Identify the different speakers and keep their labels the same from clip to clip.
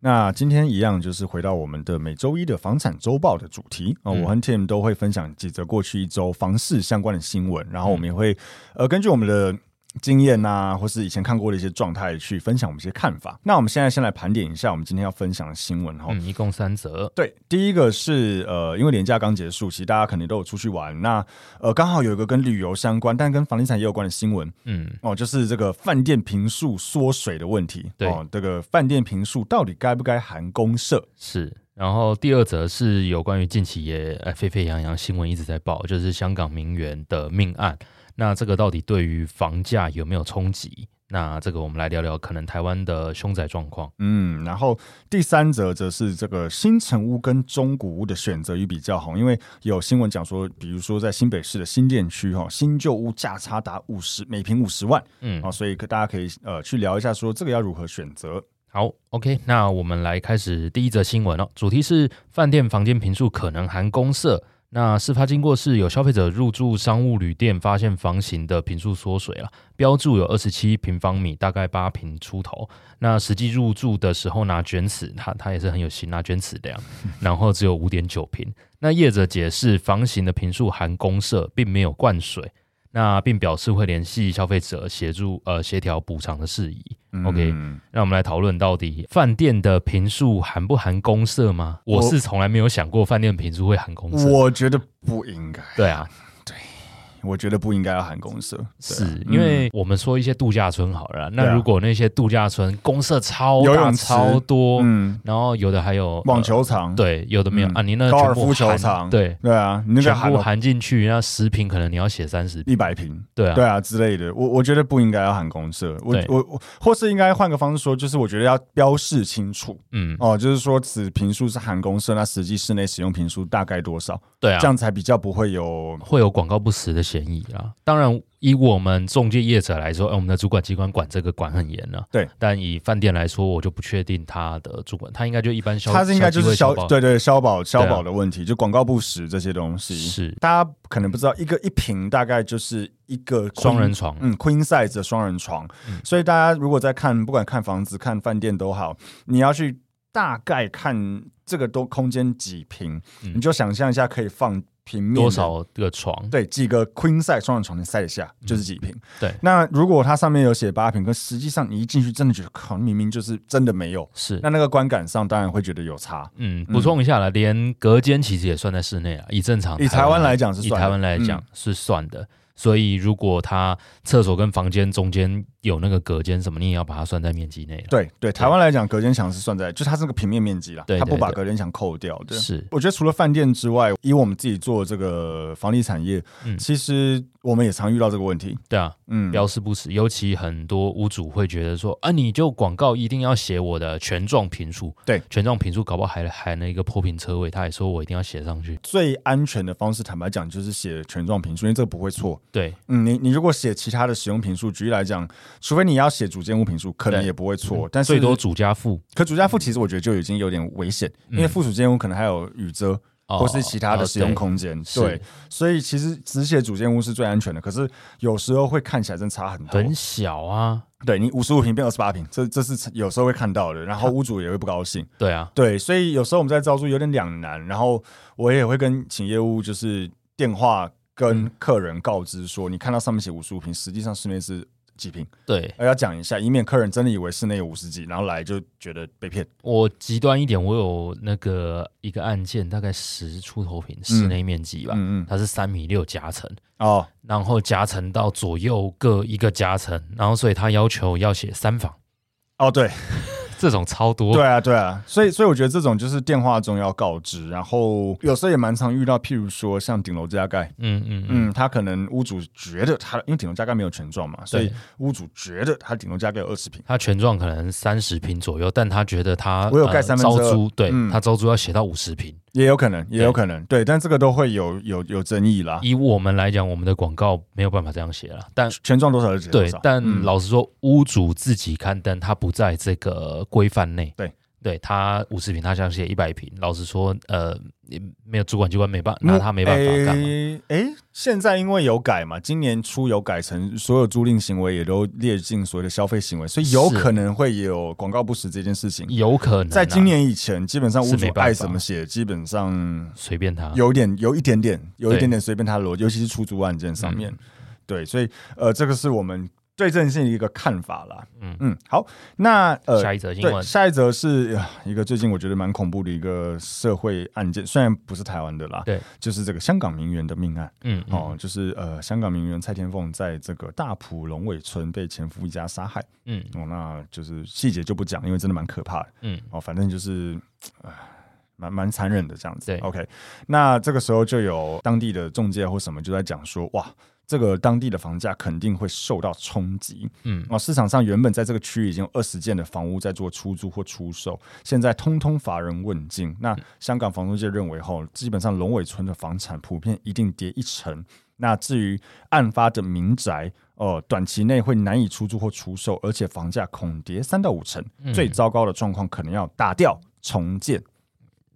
Speaker 1: 那今天一样就是回到我们的每周一的房产周报的主题啊、呃
Speaker 2: 嗯
Speaker 1: 我和 Tim 都会分享几则过去一周房市相关的新闻，
Speaker 2: 嗯
Speaker 1: 然后我们也会呃根据我们的经验呐、或是以前看过的一些状态去分享我们一些看法。那我们现在先来盘点一下我们今天要分享的新闻哈。
Speaker 2: 嗯，一共三折，
Speaker 1: 对，第一个是呃，因为年假刚结束，其实大家肯定都有出去玩。那呃，刚好有一个跟旅游相关，但跟房地产也有关的新闻，
Speaker 2: 嗯，
Speaker 1: 哦，就是这个饭店平数缩水的问题。
Speaker 2: 对
Speaker 1: 哦，这个饭店平数到底该不该含公社？
Speaker 2: 是。然后第二则是有关于近期也呃沸沸扬扬新闻一直在报，就是香港名媛的命案。那这个到底对于房价有没有冲击？那这个我们来聊聊可能台湾的凶宅状况。
Speaker 1: 嗯，然后第三则则是这个新城屋跟中古屋的选择与比较哈，因为有新闻讲说，比如说在新北市的新店区哈，新旧屋价差达五十每平五十万
Speaker 2: 嗯
Speaker 1: 啊、，哦，所以可大家可以呃去聊一下说这个要如何选择。
Speaker 2: 好，OK，那我们来开始第一则新闻哦，主题是饭店房间平数可能含公社。那事发经过是有消费者入住商务旅店，发现房型的平数缩水了，标注有二十七平方米，大概八平出头。那实际入住的时候拿卷尺，他他也是很有心拿卷尺量，然后只有五点九平。那业者解释房型的平数含公社，并没有灌水。那并表示会联系消费者协助呃协调补偿的事宜。OK，
Speaker 1: 嗯
Speaker 2: 让我们来讨论到底饭店的平数含不含公社吗？
Speaker 1: 我
Speaker 2: 我是从来没有想过饭店平数会含公社。
Speaker 1: 我觉得不应该，
Speaker 2: 对啊，
Speaker 1: 我觉得不应该要含公社，对
Speaker 2: 是
Speaker 1: 啊
Speaker 2: 因为我们说一些度假村好了啦，
Speaker 1: 对
Speaker 2: 那
Speaker 1: 啊
Speaker 2: 如果那些度假村公社超
Speaker 1: 游
Speaker 2: 大
Speaker 1: 泳池
Speaker 2: 超多，
Speaker 1: 嗯，
Speaker 2: 然后有的还有
Speaker 1: 网、
Speaker 2: 呃
Speaker 1: 球场，
Speaker 2: 对，有的没有、
Speaker 1: 嗯
Speaker 2: 啊，你那
Speaker 1: 高
Speaker 2: 全
Speaker 1: 尔
Speaker 2: 部
Speaker 1: 夫球
Speaker 2: 含
Speaker 1: 场
Speaker 2: 对，
Speaker 1: 对啊，你那个
Speaker 2: 全
Speaker 1: 含
Speaker 2: 部含进去，那十平可能你要写三十平，
Speaker 1: 一百平，
Speaker 2: 对啊，
Speaker 1: 对啊之类的，我我觉得不应该要喊公社，我
Speaker 2: 对
Speaker 1: 我我，或是应该换个方式说，就是我觉得要标示清楚
Speaker 2: 嗯，
Speaker 1: 哦，就是说此平数是含公社，那实际室内使用平数大概多少，
Speaker 2: 对啊
Speaker 1: 这，样才比较不会有。
Speaker 2: 会有广告不实的嫌疑啊。当然，以我们中介业者来说，哎，我们的主管机关管这个管很严了、
Speaker 1: 对，
Speaker 2: 但以饭店来说，我就不确定他的主管，他应该就一般消，
Speaker 1: 它是应该就是消
Speaker 2: 消基会消保
Speaker 1: 对对消保消
Speaker 2: 对啊
Speaker 1: 保的问题，就广告不实这些东西，
Speaker 2: 是
Speaker 1: 大家可能不知道，一个一平大概就是一个
Speaker 2: 双人
Speaker 1: 床。
Speaker 2: 床，
Speaker 1: 嗯，queen size 的双人床，
Speaker 2: 嗯
Speaker 1: 所以大家如果在看，不管看房子、看饭店都好，你要去大概看这个都空间几平，
Speaker 2: 嗯
Speaker 1: 你就想象一下可以放平面的
Speaker 2: 多。少个床？
Speaker 1: 对，几个 queen size 双人床你塞得下，就是几平。
Speaker 2: 对
Speaker 1: 那如果它上面有写八平，可实际上你一进去真的觉得，靠，明明就是真的没有，
Speaker 2: 是
Speaker 1: 那。那个观感上当然会觉得有差。
Speaker 2: 嗯，补充一下了，连隔间其实也算在室内啊，以正常
Speaker 1: 以台湾来讲是
Speaker 2: 以
Speaker 1: 算嗯的
Speaker 2: 台湾来讲是算的。所以如果他厕所跟房间中间有那个隔间什么，你也要把它算在面积内了。
Speaker 1: 对对，台湾来讲，隔间墙是算在，就它是个平面面积啦，
Speaker 2: 对
Speaker 1: 它不
Speaker 2: 对
Speaker 1: 把
Speaker 2: 对
Speaker 1: 隔间墙扣掉的。
Speaker 2: 是，
Speaker 1: 我觉得除了饭店之外，以我们自己做这个房地产业，
Speaker 2: 嗯
Speaker 1: 其实我们也常遇到这个问题。
Speaker 2: 对啊，
Speaker 1: 嗯，
Speaker 2: 标示不实，尤其很多屋主会觉得说啊，你就广告一定要写我的权状评述，
Speaker 1: 对
Speaker 2: 权状评述搞不好还还那个破平车位，他也说我一定要写上去，
Speaker 1: 最安全的方式，坦白讲，就是写权状评述，因为这个不会错。
Speaker 2: 对，
Speaker 1: 嗯，你你如果写其他的使用评述，举例来讲，除非你要写主建物评述，可能
Speaker 2: 对嗯
Speaker 1: 也不会错。但是
Speaker 2: 最多主家付
Speaker 1: 可主家附其实我觉得就已经有点危险，因为附属建物可能还有雨遮。
Speaker 2: 嗯哦
Speaker 1: 或是其他的使用空间，
Speaker 2: 是
Speaker 1: 对，所以其实只写主建物是最安全的，可是有时候会看起来真的差很多，
Speaker 2: 很小啊，
Speaker 1: 对你五十五平变二十八平，这这是有时候会看到的，然后屋主也会不高兴，
Speaker 2: 对啊，
Speaker 1: 对，所以有时候我们在招租有点两难，然后我也会跟请业务就是电话跟客人告知说，你看到上面写五十五平，实际上室内是几平，
Speaker 2: 对
Speaker 1: 呃要讲一下，以免客人真的以为室内有五十几，然后来就觉得被骗。
Speaker 2: 我极端一点，我有那个一个案件，大概十出头平室内面积吧，
Speaker 1: 嗯嗯，
Speaker 2: 它是三米六夹层，
Speaker 1: 哦，
Speaker 2: 然后夹层到左右各一个夹层，然后所以他要求要写三房，
Speaker 1: 哦，对，
Speaker 2: 这种超多，
Speaker 1: 对啊，对啊，所以所以我觉得这种就是电话中要告知，然后有时候也蛮常遇到，譬如说像顶楼加盖，
Speaker 2: 嗯嗯嗯，
Speaker 1: 嗯，他可能屋主觉得他，因为顶楼加盖没有权状嘛，所以屋主觉得他顶楼加盖有二十平，
Speaker 2: 他权状可能三十平左右，但他觉得他
Speaker 1: 我有盖
Speaker 2: 呃
Speaker 1: 三分之
Speaker 2: 招
Speaker 1: 二
Speaker 2: 租，对、
Speaker 1: 嗯
Speaker 2: 他招租要写到五十平，
Speaker 1: 也有可能，也
Speaker 2: 对
Speaker 1: 有可能，对，嗯但这个都会有有有争议啦。
Speaker 2: 以我们来讲，我们的广告没有办法这样写了，但
Speaker 1: 钱赚多少就写多
Speaker 2: 对
Speaker 1: 少，，
Speaker 2: 但
Speaker 1: 嗯
Speaker 2: 老实说，屋主自己刊登，他不在这个规范内。
Speaker 1: 对，
Speaker 2: 对他五十平，他想写一百平，老实说，呃，也没有主管机关没办，
Speaker 1: 那
Speaker 2: 拿他没办法干嘛。
Speaker 1: 诶诶现在因为有改嘛，今年初有改成所有租赁行为也都列进所谓的消费行为，所以有
Speaker 2: 是
Speaker 1: 可能会有广告不实这件事情。
Speaker 2: 有可能啊
Speaker 1: 在今年以前，基本上屋
Speaker 2: 是
Speaker 1: 主
Speaker 2: 没办法
Speaker 1: 爱怎么写，基本上
Speaker 2: 随便他，
Speaker 1: 有点有一点点有一
Speaker 2: 啊对嗯
Speaker 1: 点点随便他的逻辑，尤其是出租案件上面。对，所以呃，这个是我们对这件事情的一个看法啦。
Speaker 2: 嗯
Speaker 1: 嗯嗯，好，那呃，
Speaker 2: 下一则新
Speaker 1: 对，
Speaker 2: 闻
Speaker 1: 下一则是呃一个最近我觉得蛮恐怖的一个社会案件，虽然不是台湾的啦，
Speaker 2: 对，
Speaker 1: 就是这个香港名媛的命案
Speaker 2: 嗯，嗯
Speaker 1: 哦，就是呃，香港名媛蔡天凤在这个大埔龙尾村被前夫一家杀害
Speaker 2: 嗯
Speaker 1: 哦，那就是细节就不讲，因为真的蛮可怕的
Speaker 2: 嗯，
Speaker 1: 哦，反正就是呃蛮蛮残忍的这样子。
Speaker 2: 对
Speaker 1: ，OK，那这个时候就有当地的中介或什么就在讲说，哇。这个当地的房价肯定会受到冲击，
Speaker 2: 嗯
Speaker 1: 哦，市场上原本在这个区域已经有二十件的房屋在做出租或出售，现在通通乏人问津。
Speaker 2: 嗯
Speaker 1: 那香港房中介认为，吼，基本上龙尾村的房产普遍一定跌一成。那至于案发的民宅，呃，短期内会难以出租或出售，而且房价恐跌三到五成，
Speaker 2: 嗯
Speaker 1: 最糟糕的状况可能要打掉重建。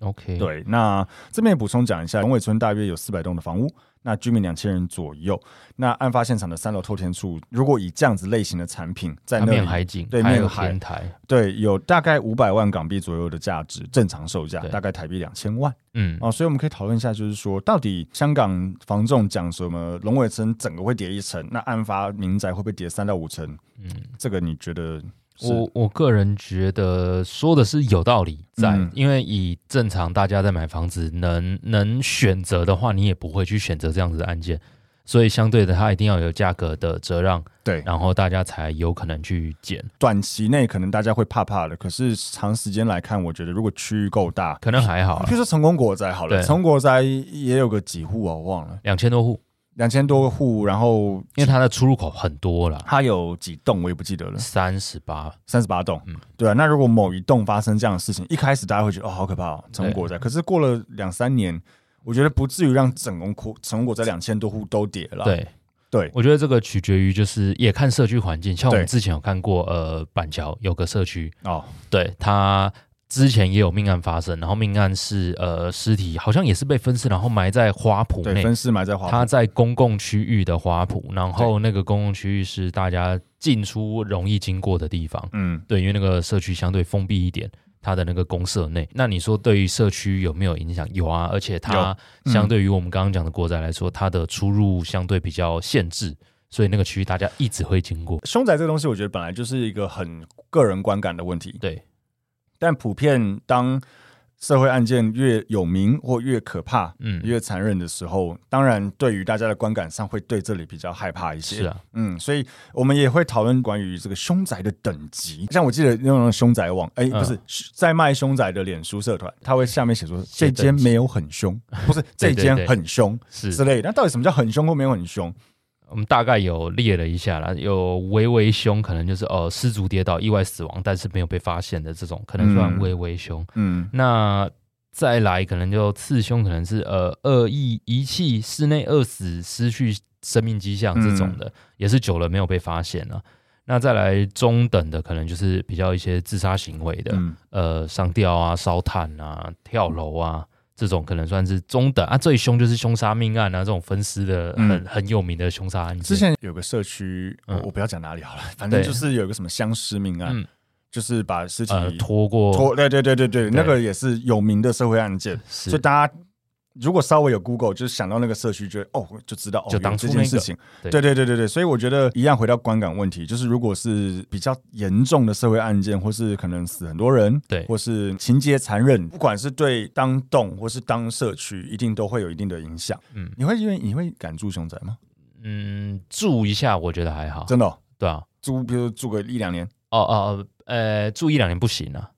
Speaker 2: ，OK，，
Speaker 1: 对，那这边也补充讲一下，龙尾村大约有四百栋的房屋，那居民两千人左右。那案发现场的三楼透天处，如果以这样子类型的产品在
Speaker 2: 它
Speaker 1: 那
Speaker 2: 面
Speaker 1: 里，
Speaker 2: 海景，
Speaker 1: 对
Speaker 2: 还有
Speaker 1: 面海
Speaker 2: 天台，
Speaker 1: 对，有大概五百万港币左右的价值，正常售价
Speaker 2: 对
Speaker 1: 大概台币两千万
Speaker 2: 嗯
Speaker 1: 哦，所以我们可以讨论一下，就是说到底香港房仲讲什么龙尾村整个会跌一成，那案发民宅会不会跌三到五成？
Speaker 2: 嗯，
Speaker 1: 这个你觉得是？
Speaker 2: 我我个人觉得说的是有道理在，
Speaker 1: 嗯
Speaker 2: 因为以正常大家在买房子能能选择的话，你也不会去选择这样子的案件，所以相对的，它一定要有价格的折让，
Speaker 1: 对，
Speaker 2: 然后大家才有可能去捡，
Speaker 1: 短期内可能大家会怕怕的，可是长时间来看，我觉得如果区域够大，
Speaker 2: 可能还好
Speaker 1: 比 如说成功国宅好了，
Speaker 2: 对
Speaker 1: 成功国宅也有个几户啊，我忘了
Speaker 2: 两千多户，
Speaker 1: 两千多个户，然后
Speaker 2: 因为它的出入口很多 啦，
Speaker 1: 它有几栋我也不记得了，
Speaker 2: 三十八，
Speaker 1: 三十八栋
Speaker 2: 嗯，
Speaker 1: 对啊。那如果某一栋发生这样的事情，一开始大家会觉得哦好可怕哦，成功国宅，可是过了两三年，我觉得不至于让整功国成功国宅两千多户都跌了，
Speaker 2: 对。
Speaker 1: 对
Speaker 2: 我觉得这个取决于就是也看社区环境，像我们
Speaker 1: 对
Speaker 2: 之前有看过，呃，板桥有个社区，
Speaker 1: 哦，
Speaker 2: 对他之前也有命案发生，然后命案是呃尸体好像也是被分尸，然后埋在花圃
Speaker 1: 哦对，
Speaker 2: 内。
Speaker 1: 分尸埋在华
Speaker 2: 他
Speaker 1: 府，
Speaker 2: 在公共区域的花圃，然后那个公共区域是大家进出容易经过的地方。
Speaker 1: 嗯，
Speaker 2: 对，因为那个社区相对封闭一点，它的那个公社内，那你说对于社区有没有影响？有啊，而且它
Speaker 1: 嗯
Speaker 2: 相对于我们刚刚讲的国宅来说，它的出入相对比较限制，所以那个区域大家一直会经过。
Speaker 1: 凶宅这个东西，我觉得本来就是一个很个人观感的问题，
Speaker 2: 对，
Speaker 1: 但普遍当社会案件越有名或越可怕，
Speaker 2: 嗯，
Speaker 1: 越残忍的时候，当然对于大家的观感上会对这里比较害怕一些。
Speaker 2: 是，啊，
Speaker 1: 嗯，所以我们也会讨论关于这个凶宅的等级。像我记得那种凶宅网，哎、
Speaker 2: 嗯
Speaker 1: 不是是在卖凶宅的脸书社团，他会下面写说这
Speaker 2: 写等级
Speaker 1: 间没有很凶，不是这
Speaker 2: 对对
Speaker 1: 间
Speaker 2: 对
Speaker 1: 很凶
Speaker 2: 是
Speaker 1: 之类的。那到底什么叫很凶或没有很凶？
Speaker 2: 我们大概有列了一下啦，有微微凶，可能就是呃失足跌倒、意外死亡，但是没有被发现的这种，可能算
Speaker 1: 嗯
Speaker 2: 微微凶。
Speaker 1: 嗯，
Speaker 2: 那再来可能就次凶，可能是呃恶意遗弃、室内饿死、失去生命迹象这种的，
Speaker 1: 嗯
Speaker 2: 也是久了没有被发现了。那再来中等的，可能就是比较一些自杀行为的，
Speaker 1: 嗯
Speaker 2: 呃，上吊啊、烧炭啊、跳楼啊。这种可能算是中等啊，最凶就是凶杀命案啊，这种分尸的很、
Speaker 1: 嗯
Speaker 2: 很有名的凶杀案件。
Speaker 1: 之前有个社区，我
Speaker 2: 嗯
Speaker 1: 我不要讲哪里好了， 反正
Speaker 2: 对
Speaker 1: 就是有一个什么相尸命案，
Speaker 2: 嗯
Speaker 1: 就是把尸体
Speaker 2: 呃拖过
Speaker 1: 拖，对对对对对，
Speaker 2: 对
Speaker 1: 那个也是有名的社会案件。
Speaker 2: 是
Speaker 1: 所以大家如果稍微有 Google，就是想到那个社区，觉得哦，就知道哦，
Speaker 2: 就当
Speaker 1: 有这
Speaker 2: 初那
Speaker 1: 件
Speaker 2: 个
Speaker 1: 事情。
Speaker 2: 对
Speaker 1: 对对对对对，所以我觉得一样回到观感问题，就是如果是比较严重的社会案件，或是可能死很多人，
Speaker 2: 对
Speaker 1: 或是情节残忍，不管是对当栋或是当社区，一定都会有一定的影响。
Speaker 2: 嗯
Speaker 1: 你会因为你会敢住熊宅吗？
Speaker 2: 嗯住一下，我觉得还好，
Speaker 1: 真的哦、
Speaker 2: 对啊，
Speaker 1: 住，比如住个一两年，
Speaker 2: 哦哦呃住一两年不行啊，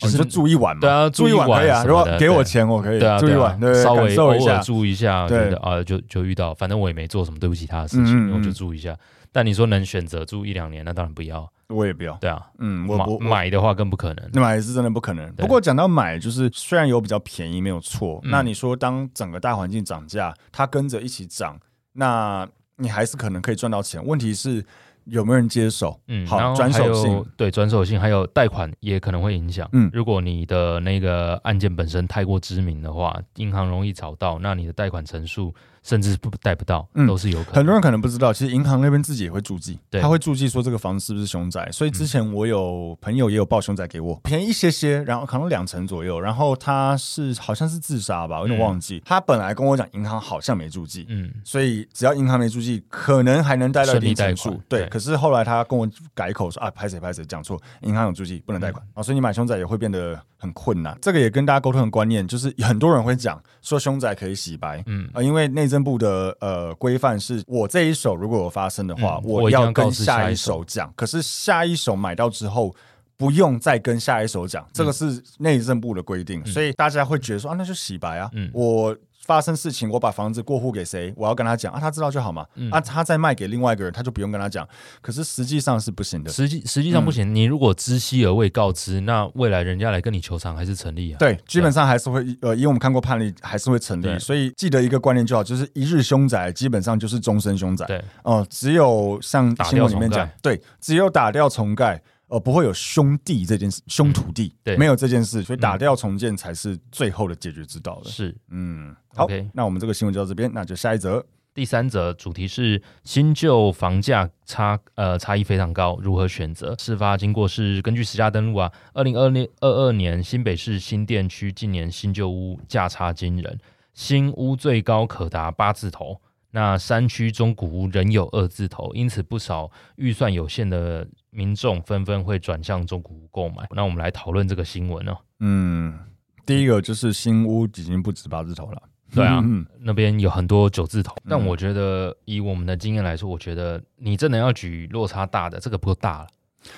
Speaker 1: 哦你说住一晚嘛？
Speaker 2: 对啊
Speaker 1: 住一
Speaker 2: 住一
Speaker 1: 晚
Speaker 2: 晚
Speaker 1: 可以啊。
Speaker 2: 什么的
Speaker 1: 如果给我
Speaker 2: 对
Speaker 1: 钱，我可以
Speaker 2: 对啊
Speaker 1: 住一
Speaker 2: 对啊
Speaker 1: 晚，对对，
Speaker 2: 稍
Speaker 1: 感
Speaker 2: 微
Speaker 1: 受一
Speaker 2: 偶
Speaker 1: 下
Speaker 2: 尔。住一下，
Speaker 1: 对
Speaker 2: 觉得啊就就遇到，反正我也没做什么对不起他的事
Speaker 1: 嗯嗯
Speaker 2: 情，
Speaker 1: 嗯
Speaker 2: 我就住一下。但你说能选择住一两年，那当然不要，
Speaker 1: 我也不要。
Speaker 2: 对啊，
Speaker 1: 嗯，我
Speaker 2: 买
Speaker 1: 我
Speaker 2: 买的话更不可能。
Speaker 1: 那买是真的不可能。
Speaker 2: 对
Speaker 1: 不过讲到买，就是虽然有比较便宜没有错，
Speaker 2: 嗯
Speaker 1: 那你说当整个大环境涨价，它跟着一起涨，那你还是可能可以赚到钱。问题是有没有人接手？
Speaker 2: 嗯，然
Speaker 1: 好，
Speaker 2: 后
Speaker 1: 转
Speaker 2: 还
Speaker 1: 手
Speaker 2: 有
Speaker 1: 性，
Speaker 2: 对转手性，还有贷款也可能会影响。
Speaker 1: 嗯
Speaker 2: 如果你的那个案件本身太过知名的话，银行容易找到，那你的贷款成数甚至不贷不到，
Speaker 1: 嗯
Speaker 2: 都是有可
Speaker 1: 很
Speaker 2: 能。
Speaker 1: 多人可能不知道，其实银行那边自己也会注记，
Speaker 2: 对嗯
Speaker 1: 他会注记说这个房子是不是凶宅。所以之前我有朋友也有报凶宅给我，便宜一些些，然后可能两成左右。然后他是好像是自杀吧，我有点
Speaker 2: 嗯
Speaker 1: 忘记。他本来跟我讲银行好像没注记，
Speaker 2: 嗯，
Speaker 1: 所以只要银行没注记，可能还能贷到一定程
Speaker 2: 顺利
Speaker 1: 度
Speaker 2: 贷款。
Speaker 1: 对，
Speaker 2: 对
Speaker 1: 可是后来他跟我改口说啊，拍谁拍谁，讲错，银行有注记不能贷
Speaker 2: 嗯
Speaker 1: 款、啊，所以你买凶宅也会变得很困难。这个也跟大家沟通的观念，就是很多人会讲说凶宅可以洗白，
Speaker 2: 嗯
Speaker 1: 嗯，呃，因为内政部的呃规范是我这一手如果有发生的话，
Speaker 2: 嗯我
Speaker 1: 我
Speaker 2: 一定要
Speaker 1: 要跟
Speaker 2: 告知下
Speaker 1: 下
Speaker 2: 一
Speaker 1: 一
Speaker 2: 手
Speaker 1: 手讲，可是下一手买到之后。不用再跟下一手讲，这个是内政部的规定，所以大家会觉得说啊，那就洗白啊，
Speaker 2: 嗯
Speaker 1: 我发生事情，我把房子过户给谁，我要跟他讲啊，他知道就好嘛，啊，他再卖给另外一个人，他就不用跟他讲。可是实际上是不行的，
Speaker 2: 实际实际上不行，
Speaker 1: 嗯
Speaker 2: 你如果知悉而未告知，那未来人家来跟你求偿还是成立啊。
Speaker 1: 对，基本上还是会呃，因为我们看过判例，还是会成
Speaker 2: 对
Speaker 1: 立，所以记得一个观念就好，就是一日凶宅基本上就是终身凶宅，
Speaker 2: 对，
Speaker 1: 哦、只有像
Speaker 2: 打
Speaker 1: 新
Speaker 2: 掉
Speaker 1: 闻里面
Speaker 2: 重
Speaker 1: 讲
Speaker 2: 盖，
Speaker 1: 对，只有打掉重盖。呃，不会有兄弟这件事，兄徒弟、
Speaker 2: 嗯对嗯
Speaker 1: 没有这件事，所以打掉重建才是最后的解决之道了。
Speaker 2: 是
Speaker 1: 嗯，好
Speaker 2: OK
Speaker 1: 那我们这个新闻就到这边，那就下一则。
Speaker 2: 第三则主题是新旧房价差呃差异非常高，如何选择？事发经过是根据实价登录啊，二零二零二二年新北市新店区近年新旧屋价差惊人，新屋最高可达八字头，那山区中古屋仍有二字头，因此不少预算有限的民众纷纷会转向中古屋购买。那我们来讨论这个新闻哦。
Speaker 1: 嗯，第一个就是新屋已经不止八字头了。
Speaker 2: 对啊，
Speaker 1: 嗯
Speaker 2: 那边有很多九字头，但我觉得以我们的经验来说，我觉得你真的要举落差大的，这个不够大了，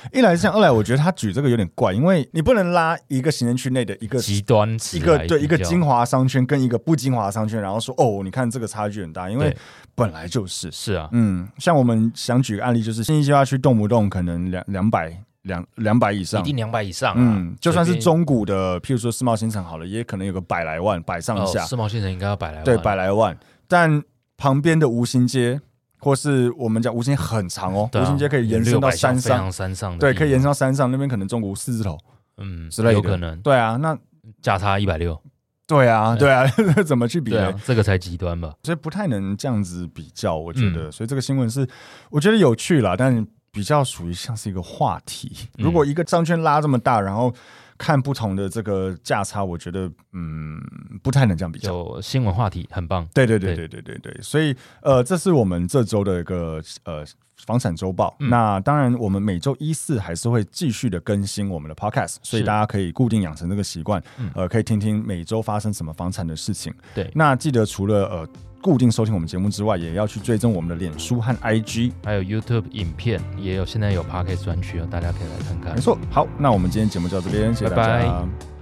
Speaker 1: 嗯一来是这样，二来我觉得他举这个有点怪，因为你不能拉一个行政区内的一个
Speaker 2: 极端值
Speaker 1: 一个
Speaker 2: 来
Speaker 1: 对
Speaker 2: 比
Speaker 1: 一个
Speaker 2: 较
Speaker 1: 精华商圈跟一个不精华商圈，然后说哦，你看这个差距很大，因为
Speaker 2: 对
Speaker 1: 本来就是。
Speaker 2: 是啊，
Speaker 1: 嗯，像我们想举个案例，就是新一计划区动不动可能两两百两两百以
Speaker 2: 一
Speaker 1: 上，
Speaker 2: 定两百以上啊，
Speaker 1: 嗯，就算是
Speaker 2: 随便
Speaker 1: 中古的，譬如说世贸新城好了，也可能有个百来万、百上下
Speaker 2: 哦，世贸新城应该要百来万，
Speaker 1: 对，百来万。但旁边的吴兴街，或是我们讲吴兴街很长哦，
Speaker 2: 对啊，
Speaker 1: 吴兴街可以延伸到山
Speaker 2: 600像飞
Speaker 1: 上，
Speaker 2: 扬山上的
Speaker 1: 对，
Speaker 2: 地
Speaker 1: 可以延
Speaker 2: 方，
Speaker 1: 伸到山上那边，可能中国四字头，
Speaker 2: 嗯
Speaker 1: 之类的
Speaker 2: 有可能
Speaker 1: 对啊，那
Speaker 2: 价差一百六，
Speaker 1: 对啊，对啊， 怎么去比
Speaker 2: 对
Speaker 1: 呢
Speaker 2: 啊？，这个才极端吧，
Speaker 1: 所以不太能这样子比较，我觉
Speaker 2: 嗯
Speaker 1: 得。所以这个新闻是我觉得有趣啦，但比较属于像是一个话题。
Speaker 2: 嗯
Speaker 1: 如果一个商圈拉这么大，然后看不同的这个价差，我觉得嗯不太能这样比较。
Speaker 2: 有新闻话题很棒，
Speaker 1: 对对对
Speaker 2: 对
Speaker 1: 对对对对，所以呃，这是我们这周的一个呃房产周报。
Speaker 2: 嗯
Speaker 1: 那当然，我们每周一四还是会继续的更新我们的 podcast，所以大家可以固定养成这个习惯，
Speaker 2: 嗯
Speaker 1: 呃，可以听听每周发生什么房产的事情。
Speaker 2: 对
Speaker 1: 那记得除了呃固定收听我们节目之外，也要去追踪我们的脸书和 IG。
Speaker 2: 还有 YouTube 影片也有，现在有 Podcast 专区哦，大家可以来看看
Speaker 1: 没。错，好，那我们今天节目就到这边，谢谢大家。
Speaker 2: 拜拜